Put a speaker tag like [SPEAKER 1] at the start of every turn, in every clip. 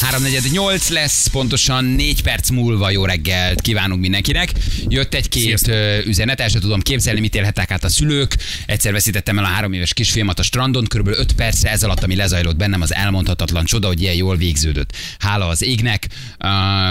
[SPEAKER 1] 348 lesz, pontosan 4 perc múlva jó reggelt kívánunk mindenkinek. Jött egy-két ö, üzenet, el sem tudom képzelni, mit élhettek át a szülők. Egyszer veszítettem el a három éves kisfilmat a strandon, körülbelül 5 perc ez alatt, ami lezajlott bennem, az elmondhatatlan csoda, hogy ilyen jól végződött. Hála az égnek,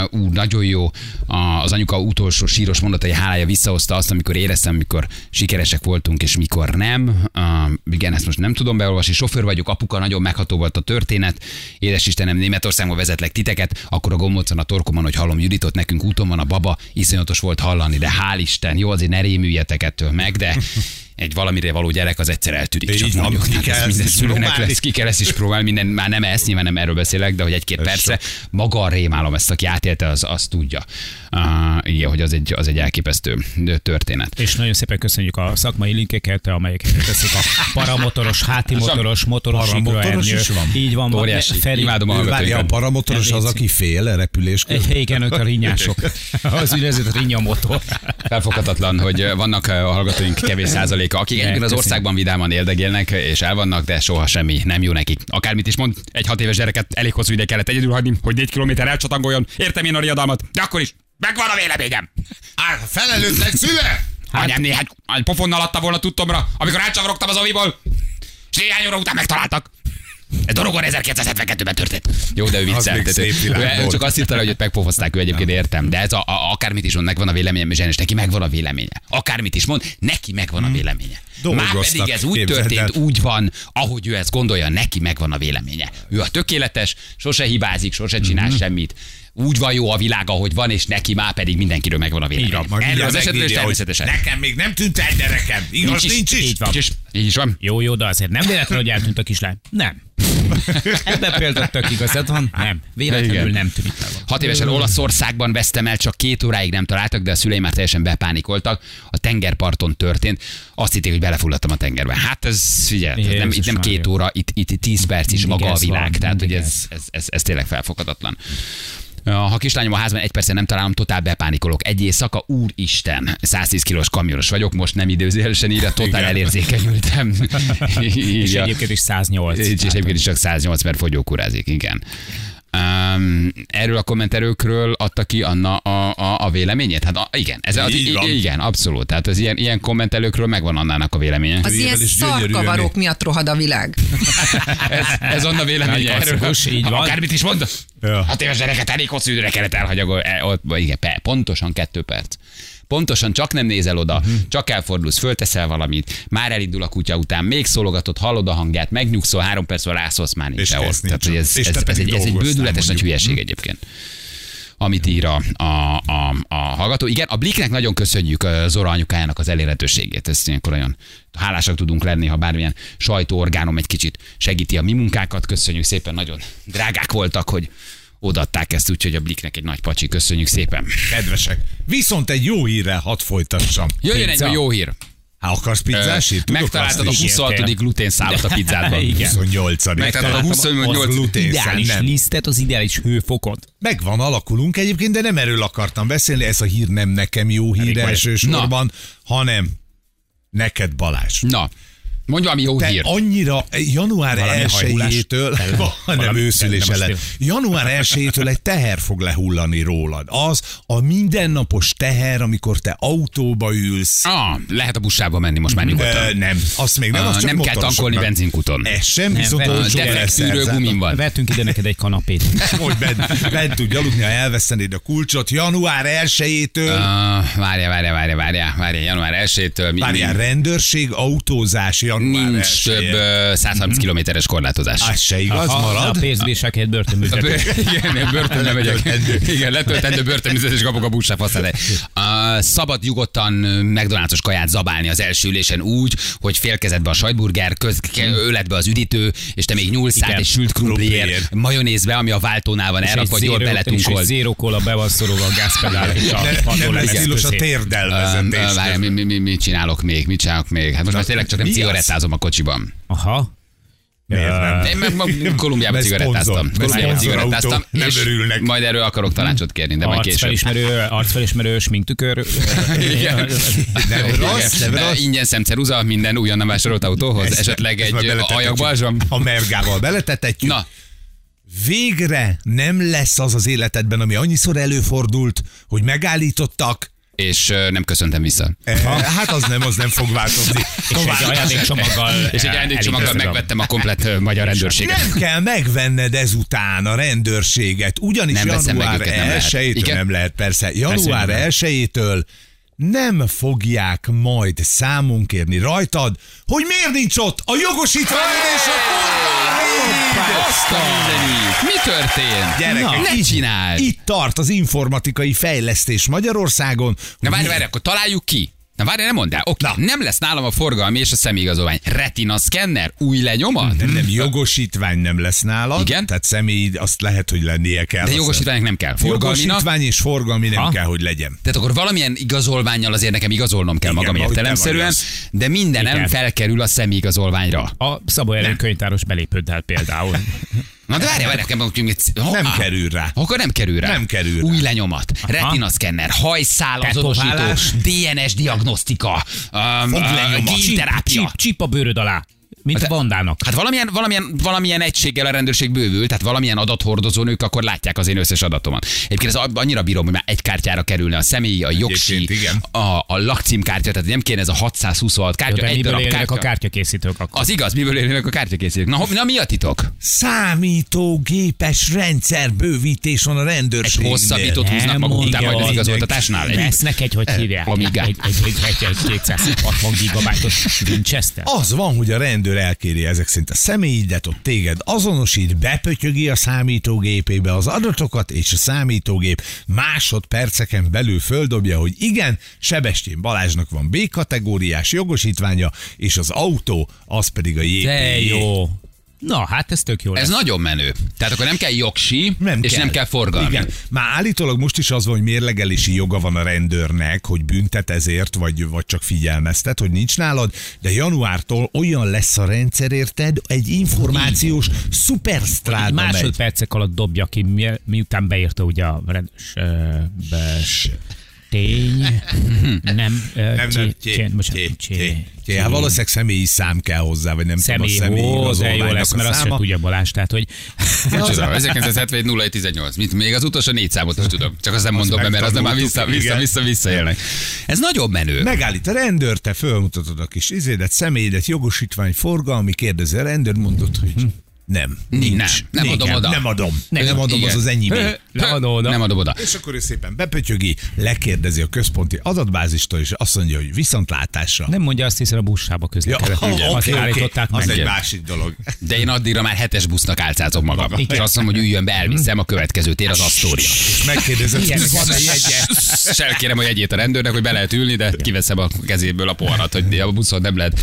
[SPEAKER 1] uh, ú, nagyon jó. Uh, az anyuka utolsó síros mondatai hálája visszahozta azt, amikor éreztem, mikor sikeresek voltunk, és mikor nem. Uh, igen, ezt most nem tudom beolvasni. Sofőr vagyok, apuka, nagyon megható volt a történet. Édes Istenem, Németországba vezetlek titeket, akkor a gombócon a torkomon, hogy hallom Juditot, nekünk úton van a baba, iszonyatos volt hallani, de hál' Isten, jó, azért ne rémüljetek ettől meg, de egy valamire való gyerek az egyszer eltűnik.
[SPEAKER 2] De
[SPEAKER 1] Csak
[SPEAKER 2] így van,
[SPEAKER 1] mondjuk,
[SPEAKER 2] ki
[SPEAKER 1] hát
[SPEAKER 2] kell
[SPEAKER 1] ez
[SPEAKER 2] ezt
[SPEAKER 1] minden
[SPEAKER 2] is
[SPEAKER 1] szülőnek
[SPEAKER 2] próbálni.
[SPEAKER 1] lesz, ki kell ezt is próbálni, minden, már nem ezt, nyilván nem erről beszélek, de hogy egy-két percre maga a rémálom ezt, aki átélte, az, az tudja. Uh, igen, hogy az egy, az egy elképesztő történet.
[SPEAKER 3] És nagyon szépen köszönjük a szakmai linkeket, amelyek teszik a paramotoros, hátimotoros, motoros,
[SPEAKER 2] Paramotoros
[SPEAKER 3] sikroernyő.
[SPEAKER 2] is van.
[SPEAKER 3] Így van.
[SPEAKER 1] Óriási.
[SPEAKER 3] Feri-
[SPEAKER 1] Imádom a
[SPEAKER 3] ő
[SPEAKER 1] hallgatóinkat.
[SPEAKER 3] várja
[SPEAKER 2] Ja, a paramotoros az, aki fél repülés közben.
[SPEAKER 3] Igen, ők a rinyások. Az úgynevezett rinyamotor.
[SPEAKER 1] Felfoghatatlan, hogy ö, vannak ö, a hallgatóink kevés százaléka, akik
[SPEAKER 3] Igen,
[SPEAKER 1] egyébként az
[SPEAKER 3] köszönjük.
[SPEAKER 1] országban vidáman érdegélnek és el vannak, de soha semmi nem jó nekik. Akármit is mond, egy hat éves gyereket elég hosszú ide kellett egyedül hagyni, hogy négy kilométer elcsatangoljon. Értem én a riadalmat, de akkor is megvan a véleményem.
[SPEAKER 2] Á, felelőtlen szüle!
[SPEAKER 1] Hát... Anyám néhány egy pofonnal adta volna tudtomra, amikor rácsavarogtam az oviból, és néhány óra után megtaláltak. Ez Dorogon 1972-ben történt. Jó, de ő
[SPEAKER 2] még
[SPEAKER 1] viccelt.
[SPEAKER 2] szép világ
[SPEAKER 1] Ő- ő
[SPEAKER 2] volt.
[SPEAKER 1] Csak azt hitte, hogy őt megpofozták, ő egyébként értem. De ez a, a, akármit is mond, megvan a véleményem, és Zsenis, neki megvan a véleménye. Akármit is mond, neki megvan a véleménye. Már
[SPEAKER 2] Hmm. Dolgoztak,
[SPEAKER 1] pedig ez úgy
[SPEAKER 2] képzeld el.
[SPEAKER 1] történt, úgy van, ahogy ő ezt gondolja, neki megvan a véleménye. Ő a tökéletes, sose hibázik, sose csinál
[SPEAKER 2] Hmm.
[SPEAKER 1] semmit. Úgy van jó a világ, ahogy van, és neki már pedig mindenkiről megvan a véleménye.
[SPEAKER 2] majd
[SPEAKER 1] Erről
[SPEAKER 2] mindjárt
[SPEAKER 1] az esetről is
[SPEAKER 2] megírja, hogy
[SPEAKER 1] természetesen.
[SPEAKER 2] Nekem még nem tűnt el gyerekem. Igaz,
[SPEAKER 1] Nincs is.
[SPEAKER 2] nincs, nincs is.
[SPEAKER 3] Így van.
[SPEAKER 1] Így is, így is van.
[SPEAKER 3] Jó, jó, de azért nem véletlen, hogy eltűnt a kislány. Nem. Ebben például tök igazad van. Nem. Véletlenül
[SPEAKER 1] Igen.
[SPEAKER 3] nem tűnik el.
[SPEAKER 1] Hat évesen
[SPEAKER 3] Hmm.
[SPEAKER 1] Olaszországban vesztem el, csak két óráig nem találtak, de a szüleim már teljesen bepánikoltak. A tengerparton történt. Azt hitték, hogy belefulladtam a tengerbe. Hát ez, figyelj, ez nem,
[SPEAKER 3] Jézus
[SPEAKER 1] itt nem
[SPEAKER 3] Mária.
[SPEAKER 1] két óra, itt, itt tíz perc is
[SPEAKER 3] Mindig
[SPEAKER 1] maga a
[SPEAKER 3] ez van,
[SPEAKER 1] világ. Tehát, hogy
[SPEAKER 3] mindig
[SPEAKER 1] ez, ez, ez, ez tényleg felfoghatatlan. Ha kislányom a házban egy percen nem találom, totál bepánikolok. Egy éjszaka, úristen, 110 kilós kamionos vagyok, most nem időzélesen ide, totál
[SPEAKER 2] Igen.
[SPEAKER 1] elérzékenyültem.
[SPEAKER 3] És
[SPEAKER 1] Írja.
[SPEAKER 3] egyébként is Hát, 108.
[SPEAKER 1] Így, és egyébként is csak 108, mert fogyókúrázik, igen. Um, erről a kommenterőkről adta ki Anna a, a, a véleményét? Hát a, igen, ez az,
[SPEAKER 2] Így
[SPEAKER 1] i-
[SPEAKER 2] van.
[SPEAKER 1] igen, abszolút. Tehát az ilyen, ilyen kommentelőkről megvan Annának a véleménye.
[SPEAKER 4] Az ilyen
[SPEAKER 2] is gyönyörű
[SPEAKER 4] szarkavarok
[SPEAKER 2] jönni.
[SPEAKER 4] miatt rohad a világ.
[SPEAKER 1] Ez, ez Anna
[SPEAKER 3] Nagy
[SPEAKER 1] véleménye erről.
[SPEAKER 3] klasszikus, így
[SPEAKER 1] Ha
[SPEAKER 3] van.
[SPEAKER 1] Akármit is mond.
[SPEAKER 2] Ja.
[SPEAKER 1] Hat éves gyereket elég hosszú időre kellett elhagyagol. E, ott, igen, pe, pontosan kettő perc. Pontosan csak nem nézel oda, uh-huh. csak elfordulsz, fölteszel valamit, már elindul a kutya után, még szólogatod, hallod a hangját, megnyugszol, három perc múlva rászolsz, már nincs
[SPEAKER 2] És
[SPEAKER 1] se
[SPEAKER 2] kész
[SPEAKER 1] ott.
[SPEAKER 2] nincs.
[SPEAKER 1] Tehát, hogy ez,
[SPEAKER 2] És
[SPEAKER 1] ez,
[SPEAKER 2] te
[SPEAKER 1] ez,
[SPEAKER 2] pedig
[SPEAKER 1] egy, ez egy
[SPEAKER 2] dolgoztál,
[SPEAKER 1] bődületes nagy
[SPEAKER 2] mondjuk. Hm?
[SPEAKER 1] hülyeség egyébként amit ír a, a, a, a hallgató. Igen, a Bliknek nagyon köszönjük ö, Zora anyukájának az elérhetőségét. Ezt ilyenkor olyan hálásak tudunk lenni, ha bármilyen sajtóorgánum egy kicsit segíti a mi munkákat. Köszönjük szépen, nagyon drágák voltak, hogy odaadták ezt, úgyhogy a Bliknek egy nagy pacsi. Köszönjük szépen.
[SPEAKER 2] Kedvesek. Viszont egy jó hírrel hadd folytassam.
[SPEAKER 1] Jöjjön
[SPEAKER 3] Pizza.
[SPEAKER 1] egy jó hír.
[SPEAKER 2] Ha akarsz pizzás hírt? Tudok
[SPEAKER 1] Megtaláltad a
[SPEAKER 2] azt is.
[SPEAKER 1] 26. glutén szállat a pizzádban.
[SPEAKER 3] Igen.
[SPEAKER 2] 28
[SPEAKER 1] Megtaláltad a 28.
[SPEAKER 3] ideális lisztet, az ideális hőfokot.
[SPEAKER 2] Megvan, alakulunk egyébként, de nem erről akartam beszélni. Ez a hír nem nekem jó hír
[SPEAKER 3] vagy.
[SPEAKER 2] elsősorban, hanem neked Balázs.
[SPEAKER 1] Na, mondj valami jó
[SPEAKER 2] Te
[SPEAKER 1] hír.
[SPEAKER 2] annyira eh, január
[SPEAKER 3] Valami hajhulás?
[SPEAKER 2] 1-től,
[SPEAKER 3] Nem,
[SPEAKER 2] nem
[SPEAKER 3] valami-
[SPEAKER 2] őszülés
[SPEAKER 3] nem, nem
[SPEAKER 2] ellen,
[SPEAKER 3] azt
[SPEAKER 2] január 1-től egy teher fog lehullani rólad. Az a mindennapos teher, amikor te autóba ülsz.
[SPEAKER 1] Ah, lehet a buszába menni most már nyugodtan.
[SPEAKER 2] Ö, nem, azt még nem,
[SPEAKER 1] Ah,
[SPEAKER 2] azt csak E-
[SPEAKER 1] nem kell
[SPEAKER 2] motorosoknak.
[SPEAKER 1] tankolni benzinkuton.
[SPEAKER 2] Ez sem,
[SPEAKER 3] Nem,
[SPEAKER 2] viszont
[SPEAKER 3] ben-
[SPEAKER 1] A
[SPEAKER 2] olcsó lesz
[SPEAKER 1] defekt tűrő
[SPEAKER 2] szerzett.
[SPEAKER 1] gumin van.
[SPEAKER 3] Vettünk ide neked egy kanapét.
[SPEAKER 2] Hogy bent, bent tudj aludni, ha elvesztenéd a kulcsot január 1-től.
[SPEAKER 1] Ah, Várjál, várjál, várjál, várjál, várjál, január 1-től mi,
[SPEAKER 2] Várjál,
[SPEAKER 1] mi-
[SPEAKER 2] rendőrség, autózás január Mhm.
[SPEAKER 1] nincs
[SPEAKER 2] 1-je.
[SPEAKER 1] több ö, 130 kilométeres korlátozás.
[SPEAKER 2] Az se igaz,
[SPEAKER 3] Ha-
[SPEAKER 2] marad.
[SPEAKER 3] A pénzbírságért
[SPEAKER 1] A
[SPEAKER 3] börtönbüntetés.
[SPEAKER 1] bő- Igen, én börtönbe megyek. Igen, letöltendő börtönbüntetés és kapok a buszsa faszát. Ah, Szabad nyugodtan ö, McDonald's-os kaját zabálni az első ülésen úgy, hogy félkezetbe a sajtburger, köz, ke-
[SPEAKER 2] Mhm.
[SPEAKER 1] öletbe az üdítő, és te még nyúlsz át
[SPEAKER 3] Igen.
[SPEAKER 1] egy sült krumpliért,
[SPEAKER 2] Krumpliért.
[SPEAKER 1] majonézbe, ami a váltónál van, elrakod, jól
[SPEAKER 3] És egy
[SPEAKER 1] beletunkol.
[SPEAKER 3] zéro cola be van szorulva a gázpedál és a
[SPEAKER 2] Nem, nem
[SPEAKER 3] padlólemez
[SPEAKER 2] lesz tilos a
[SPEAKER 3] közé.
[SPEAKER 2] térdelvezetés.
[SPEAKER 1] Öm, Várj, mi, mi, mi, mit csinálok még? Mit csinálok még? Hát most már tényleg csak nem
[SPEAKER 2] mi az?
[SPEAKER 1] cigarettázom a kocsiban.
[SPEAKER 3] Aha.
[SPEAKER 2] Miért nem?
[SPEAKER 1] Én meg ma- Kolumbiában
[SPEAKER 2] Mert
[SPEAKER 1] cigarettáztam.
[SPEAKER 2] szponzor.
[SPEAKER 1] Kolumbiában
[SPEAKER 2] Mert
[SPEAKER 1] cigarettáztam.
[SPEAKER 2] szponzorautó. Nem
[SPEAKER 1] és
[SPEAKER 2] örülnek.
[SPEAKER 1] Majd erről akarok tanácsot kérni, de majd később.
[SPEAKER 3] Arcfelismerő, arcfelismerő, sminktükör.
[SPEAKER 1] Igen.
[SPEAKER 2] Nem
[SPEAKER 1] Igen.
[SPEAKER 2] rossz, nem
[SPEAKER 1] De
[SPEAKER 2] rossz.
[SPEAKER 1] Ingyen szemceruza minden újonnan vásárolt autóhoz, esetleg
[SPEAKER 2] ezt már
[SPEAKER 1] egy
[SPEAKER 2] beletetetjük.
[SPEAKER 1] ajakbalzsam.
[SPEAKER 2] A mergával beletetetjük.
[SPEAKER 1] Na,
[SPEAKER 2] végre nem lesz az az életedben, ami annyiszor előfordult, hogy megállítottak,
[SPEAKER 1] és ö, nem köszöntem vissza.
[SPEAKER 2] Eh, Hát az nem, az nem fog változni.
[SPEAKER 3] És egy ajándékcsomaggal.
[SPEAKER 1] És egy ajándékcsomaggal
[SPEAKER 3] elintézed a-
[SPEAKER 1] megvettem a komplet ö, magyar rendőrséget.
[SPEAKER 2] Nem kell megvenned ezután a rendőrséget, ugyanis
[SPEAKER 1] Nem veszem meg
[SPEAKER 2] január
[SPEAKER 1] őket, nem lehet.
[SPEAKER 2] 1
[SPEAKER 1] Igen?
[SPEAKER 2] nem lehet, persze, január
[SPEAKER 3] nem
[SPEAKER 2] 1 nem fogják majd számon kérni rajtad, hogy miért nincs ott a jogosítvány és a forgalmi
[SPEAKER 1] Azt a mindenit! Mi történt?
[SPEAKER 2] Gyerekek,
[SPEAKER 1] Na, ne
[SPEAKER 2] így-
[SPEAKER 1] csináld!
[SPEAKER 2] Itt tart az informatikai fejlesztés Magyarországon.
[SPEAKER 1] Na
[SPEAKER 2] hogy
[SPEAKER 1] várj, várj, akkor találjuk ki. Na várj, nem mondd el. Oké, nem lesz nálam a forgalmi és a személyigazolvány. Retina szkenner, új lenyomat?
[SPEAKER 2] nem, nem, jogosítvány nem lesz nálad.
[SPEAKER 1] Igen?
[SPEAKER 2] Tehát személy, azt lehet, hogy lennie kell.
[SPEAKER 1] De
[SPEAKER 2] Azt
[SPEAKER 1] jogosítványnak nem kell.
[SPEAKER 2] nem.
[SPEAKER 1] Forgalminak.
[SPEAKER 2] Jogosítvány és forgalmi nem
[SPEAKER 3] Ha?
[SPEAKER 2] kell, hogy legyen.
[SPEAKER 1] Tehát akkor valamilyen igazolványjal azért nekem igazolnom kell
[SPEAKER 2] Igen,
[SPEAKER 1] magam
[SPEAKER 2] ahogy te
[SPEAKER 1] értelemszerűen,
[SPEAKER 2] vagy
[SPEAKER 1] de mindenem
[SPEAKER 3] Igen.
[SPEAKER 1] felkerül a személyigazolványra.
[SPEAKER 3] A Szabó Ellen könyvtáros belépőddel például.
[SPEAKER 1] Na de várj, várj, nekem mondjuk egy...
[SPEAKER 2] Nem
[SPEAKER 1] Hoppá!
[SPEAKER 2] kerül rá.
[SPEAKER 1] Akkor nem kerül rá.
[SPEAKER 2] Nem kerül rá.
[SPEAKER 1] Új lenyomat, retinaszkenner, hajszál azonosító,
[SPEAKER 3] Tetoválás.
[SPEAKER 1] DNS diagnosztika, um,
[SPEAKER 2] Foglenyomat.
[SPEAKER 1] génterápia.
[SPEAKER 3] Csip, csip a bőröd alá. Mint
[SPEAKER 1] Hát-
[SPEAKER 3] a bandának.
[SPEAKER 1] Hát valamilyen, valamilyen, valamilyen egységgel a rendőrség bővül, tehát valamilyen adathordozón ők akkor látják az én összes adatomat. Egyébként ez annyira bírom, hogy már egy kártyára kerülne a személyi, a jogsi,
[SPEAKER 2] Egyébként igen.
[SPEAKER 1] a, a lakcímkártya, tehát nem kéne ez a 626
[SPEAKER 3] Jó,
[SPEAKER 1] kártya,
[SPEAKER 3] De
[SPEAKER 1] hát, egy
[SPEAKER 3] miből
[SPEAKER 1] darab
[SPEAKER 3] élnek
[SPEAKER 1] kártya.
[SPEAKER 3] a kártyakészítők akkor?
[SPEAKER 1] az igaz, miből élnek a kártyakészítők. Na, ho- na mi a titok?
[SPEAKER 2] számítógépes rendszer bővítés van a
[SPEAKER 1] Egy
[SPEAKER 2] rendőrségnél.
[SPEAKER 1] hosszabbított húznak
[SPEAKER 3] Nem
[SPEAKER 1] maguk után majd az
[SPEAKER 3] mondja.
[SPEAKER 1] igazoltatásnál? Egy
[SPEAKER 3] Vesznek egy, hogy hívják.
[SPEAKER 1] Amigát.
[SPEAKER 3] Egy, egy, egy, egy, egy 260 gigabájtos Winchester.
[SPEAKER 2] Az van, hogy a rendőr elkéri ezek szerint a személyidet, ott téged azonosít, bepötyögi a számítógépébe az adatokat, és a számítógép másodperceken belül földobja, hogy igen, Sebestyén Balázsnak van B-kategóriás jogosítványa, és az autó, az pedig a JP.
[SPEAKER 3] De jó. Na, hát ez tök jó
[SPEAKER 1] Ez
[SPEAKER 3] lesz.
[SPEAKER 1] nagyon menő. Tehát akkor nem kell jogsi,
[SPEAKER 2] Nem
[SPEAKER 1] és
[SPEAKER 2] kell.
[SPEAKER 1] nem kell forgalmi.
[SPEAKER 2] Igen. Már állítólag most is az van, hogy mérlegelési joga van a rendőrnek, hogy büntet ezért, vagy, vagy csak figyelmeztet, hogy nincs nálad, de januártól olyan lesz a rendszer, érted? Egy információs
[SPEAKER 3] Egy
[SPEAKER 2] szuperstráda megy.
[SPEAKER 3] másodpercek alatt dobja ki, mi- miután beírta ugye a rendes ö, bes- tény. Nem, ö,
[SPEAKER 2] Nem, nem,
[SPEAKER 3] csé-
[SPEAKER 2] csé-
[SPEAKER 3] csé- bocsánat,
[SPEAKER 2] csé-
[SPEAKER 3] csé-
[SPEAKER 2] csé- csé. Hát valószínűleg személyi szám kell hozzá, vagy nem
[SPEAKER 3] Személy,
[SPEAKER 2] tudom, a személyi
[SPEAKER 3] ó, de jó
[SPEAKER 2] igazolványnak
[SPEAKER 3] lesz,
[SPEAKER 2] a
[SPEAKER 3] mert azt sem
[SPEAKER 2] száma.
[SPEAKER 3] tudja Balázs, tehát hogy
[SPEAKER 1] Micsoda? 1977 0118. Mit, még az utolsó négy számot is tudom. Csak azt nem mondom be, mert az nem már vissza,
[SPEAKER 2] megtanultuk,
[SPEAKER 1] vissza,
[SPEAKER 2] igen.
[SPEAKER 1] vissza, visszaélnek. Ez nagyon menő.
[SPEAKER 2] Megállít a rendőr, te fölmutatod a kis izédet, személyedet, jogosítvány, forgalmi, kérdezi a rendőr, mondod, hogy nem. Nincs.
[SPEAKER 1] Hm. Nem, nem
[SPEAKER 2] Nincs.
[SPEAKER 1] adom oda.
[SPEAKER 2] Nem adom. Nem,
[SPEAKER 1] Igen. hát,
[SPEAKER 2] adom, az az enyémé.
[SPEAKER 3] Nem adom oda.
[SPEAKER 1] Nem adom oda.
[SPEAKER 2] És akkor ő szépen bepötyögi, lekérdezi a központi adatbázistól, és azt mondja, hogy viszontlátásra.
[SPEAKER 3] nem mondja azt, hiszen a buszába közlekedett.
[SPEAKER 2] oké,
[SPEAKER 3] ugye?
[SPEAKER 2] oké,
[SPEAKER 3] Azt állították
[SPEAKER 2] az egy
[SPEAKER 3] meg.
[SPEAKER 2] másik dolog.
[SPEAKER 1] De én addigra már hetes busznak álcázom magam. És azt mondom, hogy üljön be, elviszem, a következő tér az Astoria.
[SPEAKER 2] És megkérdezed,
[SPEAKER 3] Ilyen
[SPEAKER 2] hogy
[SPEAKER 3] van
[SPEAKER 2] van-e
[SPEAKER 3] egy-
[SPEAKER 2] jegye.
[SPEAKER 1] És elkérem a jegyét a rendőrnek, hogy be lehet ülni, de kiveszem a kezéből a poharat, hogy a buszon nem lehet.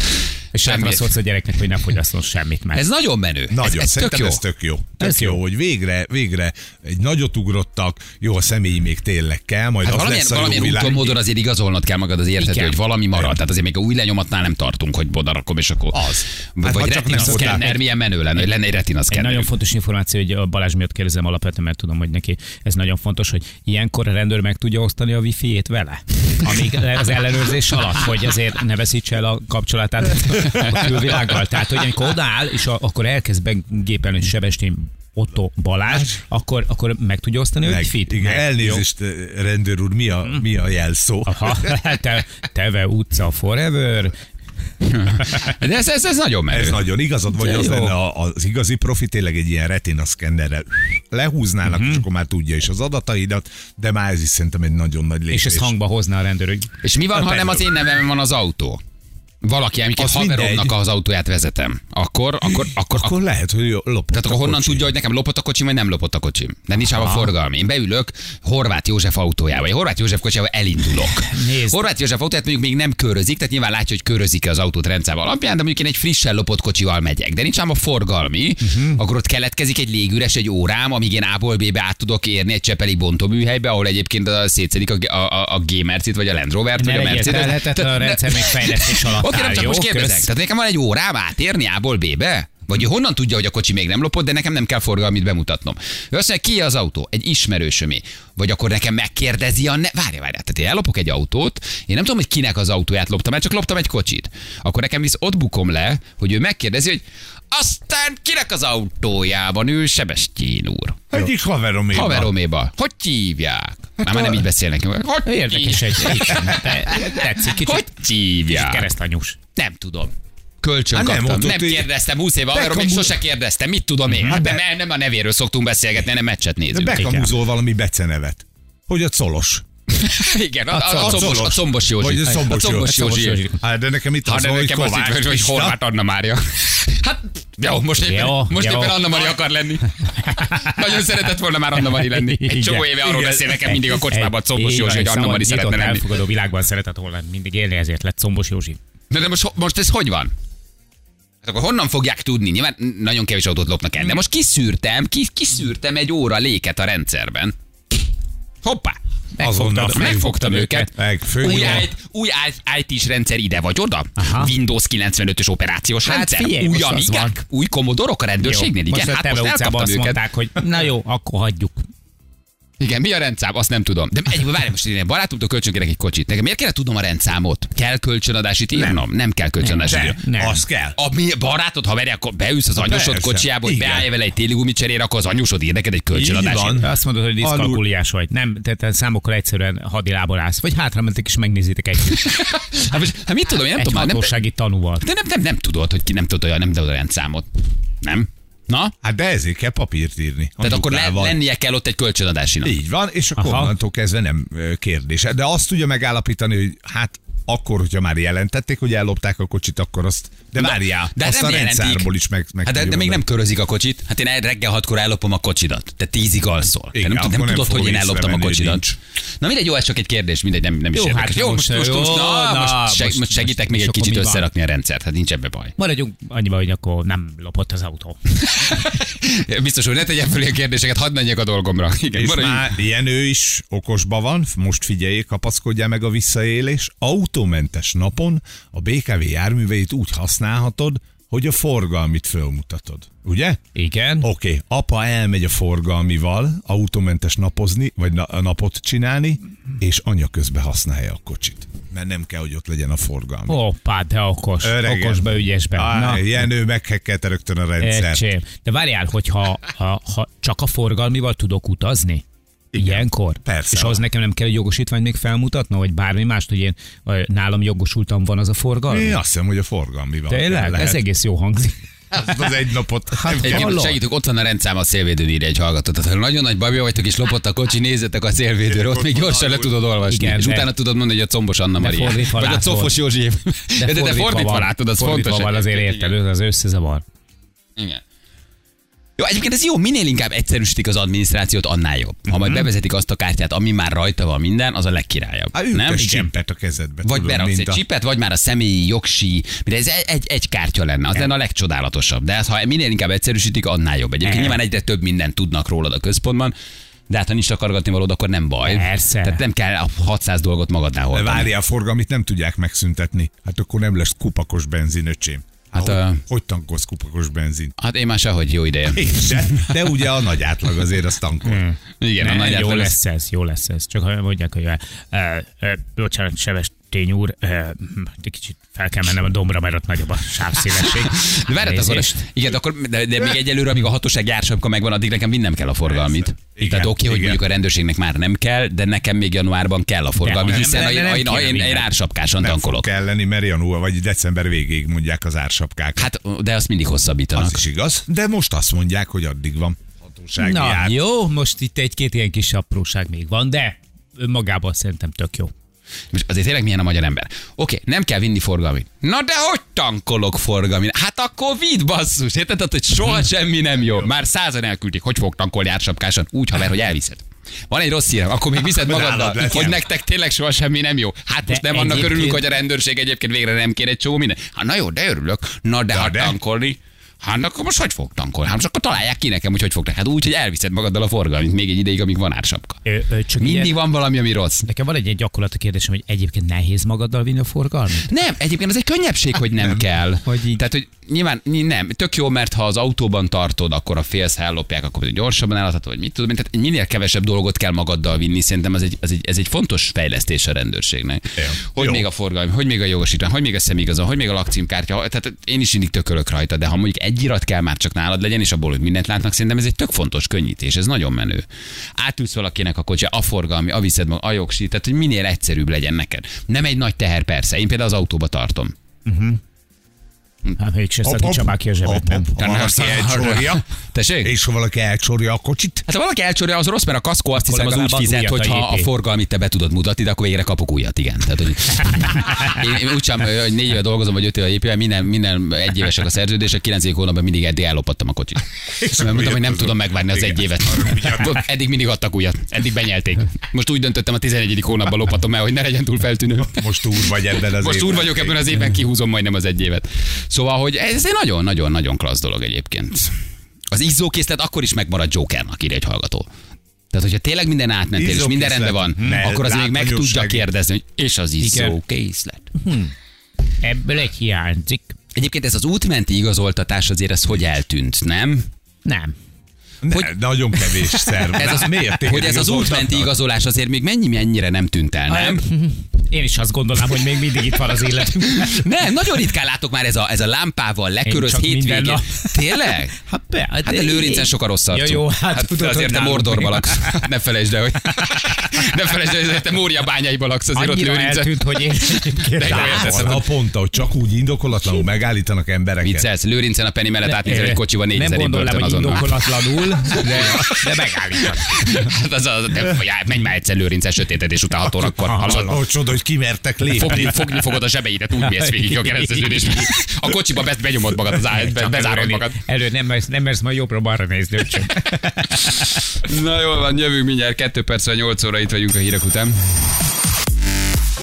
[SPEAKER 3] És hátra
[SPEAKER 1] Semmi.
[SPEAKER 3] szólsz a gyereknek, hogy ne fogyasszon semmit már.
[SPEAKER 1] Ez nagyon menő.
[SPEAKER 2] Nagyon,
[SPEAKER 1] ez, ez tök
[SPEAKER 2] szerintem
[SPEAKER 1] jó.
[SPEAKER 2] ez tök jó. Tök ez jó, hogy végre, végre egy nagyot ugrottak, jó, a személyi még tényleg kell, majd
[SPEAKER 1] Hát
[SPEAKER 2] az
[SPEAKER 1] valamilyen,
[SPEAKER 2] lesz a jó
[SPEAKER 1] valamilyen úton,
[SPEAKER 2] világ.
[SPEAKER 1] módon azért igazolnod kell magad az értető,
[SPEAKER 3] Igen.
[SPEAKER 1] hogy valami marad. Tehát azért még a új lenyomatnál nem tartunk, hogy bodarakom, és akkor
[SPEAKER 2] Az. Hát,
[SPEAKER 1] vagy
[SPEAKER 2] ha csak nem
[SPEAKER 1] retina szkenner,
[SPEAKER 2] volt.
[SPEAKER 1] milyen menő lenne, hogy lenne egy retina
[SPEAKER 3] Egy
[SPEAKER 1] szkenner.
[SPEAKER 3] nagyon fontos információ, hogy a Balázs miatt kérdezem alapvetően, mert tudom, hogy neki ez nagyon fontos, hogy ilyenkor a rendőr meg tudja osztani a wifi-jét vele, amíg az ellenőrzés alatt, hogy azért ne veszítse el a kapcsolatát a külvilággal. Tehát, hogy amikor odaáll, és a, akkor elkezd begépelni hogy Sebestyén Otto Balázs, akkor, akkor meg tudja osztani a
[SPEAKER 2] Meg,
[SPEAKER 3] wifi-t.
[SPEAKER 2] igen,
[SPEAKER 3] Meg.
[SPEAKER 2] elnézést, eh, rendőr úr, mi a,
[SPEAKER 1] Hm.
[SPEAKER 2] mi a jelszó?
[SPEAKER 3] Aha, hát te, teve utca forever.
[SPEAKER 1] De ez, ez, ez nagyon menő.
[SPEAKER 2] Ez nagyon igazad, vagy
[SPEAKER 3] De
[SPEAKER 2] az
[SPEAKER 3] jó.
[SPEAKER 2] lenne a- az igazi profi, tényleg egy ilyen retina szkennerrel lehúznának,
[SPEAKER 1] Hm.
[SPEAKER 2] és akkor már tudja is az adataidat, de már ez is szerintem egy nagyon nagy lépés.
[SPEAKER 3] És ezt hangba hozná a rendőr, hogy
[SPEAKER 1] És mi van,
[SPEAKER 2] Na,
[SPEAKER 1] ha nem az én
[SPEAKER 2] persze.
[SPEAKER 1] nevemben van az autó? Valaki, amikor
[SPEAKER 2] Hát Az
[SPEAKER 1] haveromnak
[SPEAKER 2] mindegy.
[SPEAKER 1] az autóját vezetem, akkor, akkor, akkor,
[SPEAKER 2] Akkor lehet, hogy lopott
[SPEAKER 1] Tehát
[SPEAKER 2] a
[SPEAKER 1] akkor honnan
[SPEAKER 2] kocsi.
[SPEAKER 1] tudja, hogy nekem lopott a kocsim, vagy nem lopott a kocsim? Nem nincs a forgalmi. Én beülök Horváth József autójába. Én Horváth József kocsijába elindulok.
[SPEAKER 3] Nézd.
[SPEAKER 1] Horváth József autóját mondjuk még nem körözik, tehát nyilván látja, hogy körözik az autót rendszámmal alapján, de mondjuk én egy frissen lopott kocsival megyek. De nincs ám a forgalmi,
[SPEAKER 3] Mhm.
[SPEAKER 1] akkor ott keletkezik egy légüres, egy órám, amíg én A-ból B-be át tudok érni egy csepeli bontóműhelybe, ahol egyébként a szétszedik a, a, a, a G-mercit, vagy a Land Rover-t,
[SPEAKER 3] ne
[SPEAKER 1] vagy a
[SPEAKER 3] legyél
[SPEAKER 1] Mercedes.
[SPEAKER 3] felhetetlen, a
[SPEAKER 1] Tehát-
[SPEAKER 3] rendszer még fejlesztés alatt
[SPEAKER 1] Oké,
[SPEAKER 3] áll,
[SPEAKER 1] nem csak
[SPEAKER 3] jó?
[SPEAKER 1] most kérdezek.
[SPEAKER 3] Kösz.
[SPEAKER 1] Tehát nekem van egy órám átérni A-ból B-be? Vagy honnan tudja, hogy a kocsi még nem lopott, de nekem nem kell forgalmit bemutatnom. Ő azt mondja, ki az autó? Egy ismerősömé. Vagy akkor nekem megkérdezi a... Ne... Várja, várja, tehát én ellopok egy autót, én nem tudom, hogy kinek az autóját loptam, mert csak loptam egy kocsit. Akkor nekem visz ott bukom le, hogy ő megkérdezi, hogy aztán kinek az autójában ül Sebestyén úr?
[SPEAKER 2] Egyik haveromé.
[SPEAKER 1] Haveroméba. Hogy hívják? Hát már nem így beszélnek. Hogy
[SPEAKER 3] Érdekes egy. Hát, Te- Tetszik kicsit.
[SPEAKER 1] Hogy
[SPEAKER 3] Kicsit
[SPEAKER 1] hívják?
[SPEAKER 3] keresztanyús.
[SPEAKER 1] Nem tudom. Kölcsön
[SPEAKER 2] Hát nem,
[SPEAKER 1] kaptam.
[SPEAKER 2] ott
[SPEAKER 1] Nem,
[SPEAKER 2] ott
[SPEAKER 1] nem
[SPEAKER 2] így- Mhm.
[SPEAKER 1] kérdeztem 20 éve, arról még
[SPEAKER 2] Beckham-
[SPEAKER 1] sose kérdeztem, mit tudom én. Hát nem, nem a nevéről szoktunk beszélgetni, hanem meccset nézünk.
[SPEAKER 2] Bekamuzol valami becenevet. Hogy a colos.
[SPEAKER 1] Igen, a, a, a,
[SPEAKER 2] A
[SPEAKER 1] combos, a
[SPEAKER 2] colos.
[SPEAKER 1] combos Józsi.
[SPEAKER 2] Hát Vagy a combos Józsi.
[SPEAKER 1] Józsi.
[SPEAKER 2] Hát de nekem itt
[SPEAKER 1] Ha
[SPEAKER 2] az,
[SPEAKER 1] nem
[SPEAKER 2] hogy
[SPEAKER 1] nekem az így,
[SPEAKER 2] Kovács
[SPEAKER 1] vagy- hogy
[SPEAKER 2] Pista.
[SPEAKER 1] Horváth Anna Mária. Hát, jó, most éppen,
[SPEAKER 3] Jó,
[SPEAKER 1] most
[SPEAKER 3] jó.
[SPEAKER 1] éppen Anna Mária akar lenni. Nagyon szeretett volna már Anna Mari lenni. Egy csomó
[SPEAKER 3] Igen.
[SPEAKER 1] éve arról
[SPEAKER 3] Igen.
[SPEAKER 1] beszél nekem mindig a kocsmában
[SPEAKER 3] Egy-
[SPEAKER 1] Combos
[SPEAKER 3] így
[SPEAKER 1] Józsi,
[SPEAKER 3] van,
[SPEAKER 1] hogy
[SPEAKER 3] egy
[SPEAKER 1] Anna
[SPEAKER 3] szabad,
[SPEAKER 1] Mari szeretne
[SPEAKER 3] nyitott,
[SPEAKER 1] lenni.
[SPEAKER 3] elfogadó világban szeretett volna mindig élni, ezért lett Combos Józsi.
[SPEAKER 1] Na de most, most ez hogy van? Hát akkor honnan fogják tudni? Nyilván nagyon kevés autót lopnak
[SPEAKER 3] Hmm.
[SPEAKER 1] el, de most kiszűrtem, ki, kiszűrtem egy óra léket a rendszerben. Hoppá!
[SPEAKER 2] Azonnal
[SPEAKER 1] Megfogtam, megfogtam őket.
[SPEAKER 2] Meg
[SPEAKER 1] Új,
[SPEAKER 2] főnyomó.
[SPEAKER 1] állít- új IT-s rendszer ide vagy oda.
[SPEAKER 3] Aha.
[SPEAKER 1] Windows 95-ös operációs
[SPEAKER 3] Hát
[SPEAKER 1] rendszer.
[SPEAKER 3] figyelj,
[SPEAKER 1] új
[SPEAKER 3] most az van.
[SPEAKER 1] amigák, új komodorok a rendőrségnél.
[SPEAKER 3] Jó,
[SPEAKER 1] Igen,
[SPEAKER 3] most a
[SPEAKER 1] hát
[SPEAKER 3] Teve
[SPEAKER 1] most
[SPEAKER 3] utcában
[SPEAKER 1] elkaptam
[SPEAKER 3] azt
[SPEAKER 1] őket.
[SPEAKER 3] mondták, hogy na jó, akkor hagyjuk.
[SPEAKER 1] Igen, mi a rendszám? Azt nem tudom. De egyébként várj, most én egy barátomtól kölcsönkérek egy kocsit. Nekem miért kellene tudnom a rendszámot? Kell kölcsönadásit írnom? Nem, nem kell kölcsönadásit
[SPEAKER 2] De,
[SPEAKER 1] írnom.
[SPEAKER 3] Nem.
[SPEAKER 2] az kell.
[SPEAKER 1] A mi barátod, ha veri, akkor beülsz az anyósod
[SPEAKER 2] Persze.
[SPEAKER 1] kocsiába, hogy
[SPEAKER 2] Igen.
[SPEAKER 1] beállj vele egy téli gumicserére, akkor az anyósod ír neked egy
[SPEAKER 2] Így
[SPEAKER 1] kölcsönadást.
[SPEAKER 2] van.
[SPEAKER 3] Azt mondod, hogy
[SPEAKER 2] Alul-
[SPEAKER 3] diszkalkuliás vagy. Nem, tehát te számokkal egyszerűen hadilából állsz. Vagy hátra mentek és megnézitek együtt.
[SPEAKER 1] Hát, most, hát mit tudom, én nem
[SPEAKER 3] Egy
[SPEAKER 1] tudom, már, nem,
[SPEAKER 3] hatósági tanúval.
[SPEAKER 1] de nem, nem, nem tudod, hogy ki nem tudod, nem tudod a rendszámot. Nem? Na?
[SPEAKER 2] Hát de ezért kell papírt írni.
[SPEAKER 1] Tehát akkor le,
[SPEAKER 2] Anyukával.
[SPEAKER 1] lennie kell ott egy kölcsönadásinak.
[SPEAKER 2] Így van, és akkor
[SPEAKER 3] Aha.
[SPEAKER 2] onnantól kezdve nem ö, kérdés. De azt tudja megállapítani, hogy hát akkor, hogyha már jelentették, hogy ellopták a kocsit, akkor azt... De várjál,
[SPEAKER 1] De
[SPEAKER 2] azt
[SPEAKER 1] nem
[SPEAKER 2] a
[SPEAKER 1] jelentik.
[SPEAKER 2] rendszárból is meg, meg
[SPEAKER 1] hát de, de
[SPEAKER 2] tudja
[SPEAKER 1] még nem
[SPEAKER 2] mondani.
[SPEAKER 1] körözik a kocsit. Hát én el- reggel hatkor ellopom a kocsidat. Te tízig alszol.
[SPEAKER 2] Igen,
[SPEAKER 1] te nem, tud- nem
[SPEAKER 2] akkor nem
[SPEAKER 1] tudod,
[SPEAKER 2] fogom
[SPEAKER 1] hogy én elloptam a
[SPEAKER 2] észrevenni, hogy
[SPEAKER 1] kocsidat.
[SPEAKER 2] nincs.
[SPEAKER 1] Na mindegy, jó, ez csak egy kérdés, mindegy, nem, nem is
[SPEAKER 3] Jó,
[SPEAKER 1] érdekes.
[SPEAKER 3] hát
[SPEAKER 1] jó,
[SPEAKER 3] most-
[SPEAKER 1] most, most,
[SPEAKER 3] jó,
[SPEAKER 1] most, na,
[SPEAKER 3] na,
[SPEAKER 1] most, seg,
[SPEAKER 3] most-
[SPEAKER 1] most segítek még
[SPEAKER 3] és
[SPEAKER 1] egy
[SPEAKER 3] akkor
[SPEAKER 1] kicsit
[SPEAKER 3] mi van?
[SPEAKER 1] összerakni a rendszert, hát nincs ebbe baj.
[SPEAKER 3] Maradjunk annyiba, hogy akkor nem lopott az autó.
[SPEAKER 1] Biztos, hogy ne tegyen fel ilyen kérdéseket, hadd menjek a dolgomra. Igen,
[SPEAKER 2] És
[SPEAKER 1] maradjunk.
[SPEAKER 2] már Jenő is okosba van, most figyeljék, kapaszkodjál meg a visszaélés. Autómentes napon a BKV járműveit úgy használhatod, hogy a forgalmit fölmutatod. Ugye?
[SPEAKER 3] Igen.
[SPEAKER 2] Oké, okay. apa elmegy a forgalmival autómentes napozni, vagy na- a napot csinálni, és anya közben használja a kocsit. Mert nem kell, hogy ott legyen a forgalmi.
[SPEAKER 3] Hoppá, de okos.
[SPEAKER 2] Öregem.
[SPEAKER 3] Okosba, ügyesbe.
[SPEAKER 2] Á,
[SPEAKER 3] Na.
[SPEAKER 2] Jenő meghekkelte rögtön a rendszert.
[SPEAKER 3] Értsém. De várjál, hogyha ha, ha csak a forgalmival tudok utazni? Igen. Ilyenkor?
[SPEAKER 2] Persze.
[SPEAKER 3] És ahhoz nekem nem kell egy jogosítványt még felmutatnom, vagy bármi mást, hogy én ö, nálam jogosultan van az a forgalmi?
[SPEAKER 2] Én azt hiszem, hogy a forgalmival.
[SPEAKER 3] Tényleg?
[SPEAKER 2] lehet.
[SPEAKER 3] Ez egész jó hangzik.
[SPEAKER 2] Azt az egy napot. Hát,
[SPEAKER 1] Egyébként segítünk, ott van a rendszám a szélvédőn, írja egy hallgató. Tehát ha nagyon nagy babja vagytok, és lopott a kocsi, nézzetek a szélvédőre, ott még gyorsan le tudod olvasni. Igen,
[SPEAKER 3] Igen,
[SPEAKER 1] és
[SPEAKER 3] de-
[SPEAKER 1] utána tudod mondani, hogy a combos Anna Maria. Vagy
[SPEAKER 3] fordítva
[SPEAKER 1] a
[SPEAKER 3] látod.
[SPEAKER 1] cofos Józsi. De, de, de, te fordítva
[SPEAKER 3] van.
[SPEAKER 1] látod, az
[SPEAKER 3] fordítva
[SPEAKER 1] fontos.
[SPEAKER 3] Van, azért
[SPEAKER 1] egyébként.
[SPEAKER 3] érted, az összezavar.
[SPEAKER 1] Igen. Jó, egyébként ez jó, minél inkább egyszerűsítik az adminisztrációt, annál jobb. Ha majd
[SPEAKER 3] Mhm.
[SPEAKER 1] bevezetik azt a kártyát, ami már rajta van minden, az a legkirályabb.
[SPEAKER 2] Hát nem?
[SPEAKER 1] nem?
[SPEAKER 2] Egy csipet a kezedbe.
[SPEAKER 1] Vagy
[SPEAKER 2] tudod,
[SPEAKER 1] beraksz
[SPEAKER 2] mint
[SPEAKER 1] egy
[SPEAKER 2] a-
[SPEAKER 1] csipet, vagy már a személyi jogsi, de ez egy, egy, egy kártya lenne,
[SPEAKER 3] E-
[SPEAKER 1] az lenne a legcsodálatosabb. De hát, ha minél inkább egyszerűsítik, annál jobb. Egyébként
[SPEAKER 3] Igen.
[SPEAKER 1] nyilván egyre több mindent tudnak rólad a központban, de hát ha nincs takargatni valód, akkor nem baj.
[SPEAKER 3] Persze.
[SPEAKER 1] Tehát nem kell a 600 dolgot magadnál
[SPEAKER 2] De
[SPEAKER 1] hordani.
[SPEAKER 2] várjál, a forgalmit nem tudják megszüntetni. Hát akkor nem lesz kupakos benzin, öcsém.
[SPEAKER 1] Hát,
[SPEAKER 2] Na,
[SPEAKER 1] ö-
[SPEAKER 2] hogy, hogy tankolsz kupakos benzin?
[SPEAKER 1] Hát én már sehogy jó ideje.
[SPEAKER 2] Én sem. De ugye a nagy átlag azért az tankol. Hmm.
[SPEAKER 1] Igen, a
[SPEAKER 3] Ne,
[SPEAKER 1] nagy
[SPEAKER 3] jó
[SPEAKER 1] átlag az-
[SPEAKER 3] lesz ez, jó lesz ez. Csak ha mondják, hogy e, e, bocsánat, Seves Tény úr, e, egy kicsit fel kell mennem a dombra, mert ott nagyobb a sávszélesség.
[SPEAKER 1] De várjad akkor,
[SPEAKER 3] Elnézést.
[SPEAKER 1] igen, de akkor, de, de még egyelőre, amíg a hatóság jársapka megvan, addig nekem vinnem kell a forgalmit.
[SPEAKER 2] Igen,
[SPEAKER 1] Tehát oké, hogy
[SPEAKER 2] igen.
[SPEAKER 1] mondjuk a rendőrségnek már nem kell, de nekem még januárban kell a forgalmi,
[SPEAKER 3] De, nem,
[SPEAKER 1] hiszen
[SPEAKER 3] de,
[SPEAKER 1] ha
[SPEAKER 3] de
[SPEAKER 1] én,
[SPEAKER 3] nem
[SPEAKER 1] ha én, ha
[SPEAKER 3] kéne
[SPEAKER 1] én, én
[SPEAKER 3] minden.
[SPEAKER 1] ársapkásan
[SPEAKER 2] Nem
[SPEAKER 1] tankolok.
[SPEAKER 2] fog kelleni, mert január vagy december végéig mondják az ársapkák. Hát,
[SPEAKER 1] Hát, de azt mindig hosszabbítanak.
[SPEAKER 2] az is igaz, de most azt mondják, hogy addig van hatósági
[SPEAKER 3] Na
[SPEAKER 2] ár.
[SPEAKER 3] jó, most itt egy-két ilyen kis apróság még van, de önmagában szerintem tök jó.
[SPEAKER 1] Most azért tényleg milyen a magyar ember. Oké, nem kell vinni forgalmi. Na de hogy tankolok forgalmi? Hát akkor vidd basszus, érted? Tehát, hogy
[SPEAKER 2] Hm.
[SPEAKER 1] soha semmi nem jó. Már százan elküldik, hogy fog tankolni ársapkáson, úgy haver, hogy elviszed. Van egy rossz hírem, akkor még viszed
[SPEAKER 2] Nálad
[SPEAKER 1] magaddal,
[SPEAKER 2] lesz.
[SPEAKER 1] hogy nektek tényleg soha semmi nem jó. Hát most nem annak
[SPEAKER 3] egyébként-
[SPEAKER 1] örülünk, hogy a rendőrség egyébként végre nem kér egy csomó minden. Hát na jó, de örülök. Na de, ha
[SPEAKER 2] de.
[SPEAKER 1] tankolni, Hát akkor most hogy fog tankolni? Hát most akkor találják ki nekem, hogy hogy fognak. Hát úgy, hogy elviszed magaddal a forgalmat, még egy ideig, amíg van ársapka.
[SPEAKER 3] Ö, ö, csak
[SPEAKER 1] Mindig
[SPEAKER 3] ilyen-
[SPEAKER 1] van valami, ami rossz.
[SPEAKER 3] Nekem van egy, egy gyakorlati kérdésem, hogy egyébként nehéz magaddal vinni a forgalmat?
[SPEAKER 1] Nem, egyébként az egy könnyebbség, hogy nem, kell.
[SPEAKER 3] Hát Hogy így-
[SPEAKER 1] Tehát, hogy nyilván ny- nem. Tök jó, mert ha az autóban tartod, akkor a félsz, ha ellopják, akkor pedig gyorsabban eladhatod, vagy mit tudom. én. Tehát minél kevesebb dolgot kell magaddal vinni, szerintem ez egy, ez egy, ez egy fontos fejlesztés a rendőrségnek.
[SPEAKER 2] Ja.
[SPEAKER 1] Hogy
[SPEAKER 2] Jó.
[SPEAKER 1] még a forgalmi, hogy még a jogosítvány, hogy még a személyigazon, hogy még a lakcímkártya, hogy- tehát én is mindig tökölök rajta, de ha mondjuk egy irat kell már csak nálad legyen, és abból, hogy mindent látnak, szerintem ez egy tök fontos könnyítés, ez nagyon menő. Átülsz valakinek a kocsi, a forgalmi, a viszed maga, a jogsi, tehát hogy minél egyszerűbb legyen neked. Nem egy nagy teher persze, én például az autóba tartom.
[SPEAKER 3] Hát még se szedi Csabák ki a zsebet, nem?
[SPEAKER 2] Ha valaki elcsorja,
[SPEAKER 1] Tessék?
[SPEAKER 2] és ha valaki elcsorja a kocsit,
[SPEAKER 1] Hát ha valaki elcsorja, az rossz, mert a kaszkó azt hiszem, az
[SPEAKER 3] legalább
[SPEAKER 1] úgy
[SPEAKER 3] az
[SPEAKER 1] fizet, hogy
[SPEAKER 3] újat a
[SPEAKER 1] ha a
[SPEAKER 3] JP.
[SPEAKER 1] forgalmit te be tudod mutatni, de akkor végre kapok újat, igen. Tehát, hogy én, én úgysem, ö, hogy négy éve dolgozom, vagy öt éve épülve, minden, minden egy évesek a szerződések, kilencedik hónapban mindig eddig ellopattam a kocsit. Mert mondtam, hogy nem tudom megvárni az egy évet. Eddig mindig adtak újat, eddig benyelték. Most úgy döntöttem, a 11. hónapban lopatom el, hogy ne legyen túl feltűnő.
[SPEAKER 2] most úr vagy ebben az
[SPEAKER 1] Most
[SPEAKER 2] évben.
[SPEAKER 1] úr vagyok ebben az évben, kihúzom majdnem az egy évet. Szóval, hogy ez egy nagyon-nagyon-nagyon klassz dolog egyébként. Az izzókészlet akkor is megmarad Jokernak, írja egy hallgató. Tehát, hogyha tényleg minden átment és minden
[SPEAKER 2] Izzókészlet.
[SPEAKER 1] rendben van,
[SPEAKER 2] Ne,
[SPEAKER 1] akkor az még meg tudja
[SPEAKER 2] látványosság.
[SPEAKER 1] kérdezni, hogy és az izzókészlet.
[SPEAKER 3] Ebből egy hiányzik.
[SPEAKER 1] Egyébként ez az útmenti igazoltatás azért ez hogy eltűnt, nem?
[SPEAKER 3] Nem.
[SPEAKER 2] Ne,
[SPEAKER 1] hogy-
[SPEAKER 2] Nagyon kevés szerv.
[SPEAKER 1] Ez az,
[SPEAKER 2] Miért? Téged
[SPEAKER 1] hogy ez az
[SPEAKER 2] igazoltatnak?
[SPEAKER 1] útmenti igazolás azért még mennyi mennyire nem tűnt el, nem?
[SPEAKER 3] Én is azt gondolnám, hogy még mindig itt van az életünk.
[SPEAKER 1] Nem, nagyon ritkán látok már ez a, ez a lámpával leköröz
[SPEAKER 3] csak minden
[SPEAKER 1] hétvégén.
[SPEAKER 3] nap.
[SPEAKER 1] Tényleg?
[SPEAKER 3] Hát, be,
[SPEAKER 1] Hát de Lőrincen sokkal rossz arcú.
[SPEAKER 3] Ja, jó, hát,
[SPEAKER 1] hát
[SPEAKER 3] tudod,
[SPEAKER 1] te azért
[SPEAKER 3] hogy
[SPEAKER 1] te
[SPEAKER 3] nálunk
[SPEAKER 1] Mordorban
[SPEAKER 3] még-
[SPEAKER 1] laksz. Ne felejtsd el, hogy... ne felejtsd el, hogy te Mória bányáiban laksz, azért
[SPEAKER 3] Annyira
[SPEAKER 1] ott Lőrincen.
[SPEAKER 3] eltűnt, hogy én egyébként
[SPEAKER 1] De jó,
[SPEAKER 3] rá-
[SPEAKER 1] érted?
[SPEAKER 2] Van hát naponta, hogy csak úgy indokolatlanul megállítanak embereket.
[SPEAKER 1] Viccelsz, Lőrincen a Penny mellett átnézel egy kocsival
[SPEAKER 3] Nem
[SPEAKER 1] négyszer
[SPEAKER 3] gondolnám,
[SPEAKER 1] börtön
[SPEAKER 3] hogy
[SPEAKER 1] azonnal.
[SPEAKER 3] indokolatlanul, de, de megállítanak.
[SPEAKER 1] Hát az, az, nem, já, menj már egyszer Lőrincen sötétedés után hat órakor. hallod?
[SPEAKER 2] Oh, csoda, hogy kimertek lépni.
[SPEAKER 1] Fogni, fogni fogod a zsebeidet, úgy mész végig a kereszteződés. A kocsiba be- benyomod magad, az áll, be,
[SPEAKER 3] Csak
[SPEAKER 1] bezárod
[SPEAKER 3] előre-
[SPEAKER 1] magad.
[SPEAKER 3] Előre nem mersz, nem mersz majd jobbra-balra nézni, öcsém.
[SPEAKER 1] Na jól van, jövünk mindjárt, 2 perc, 8 óra itt vagyunk a hírek után.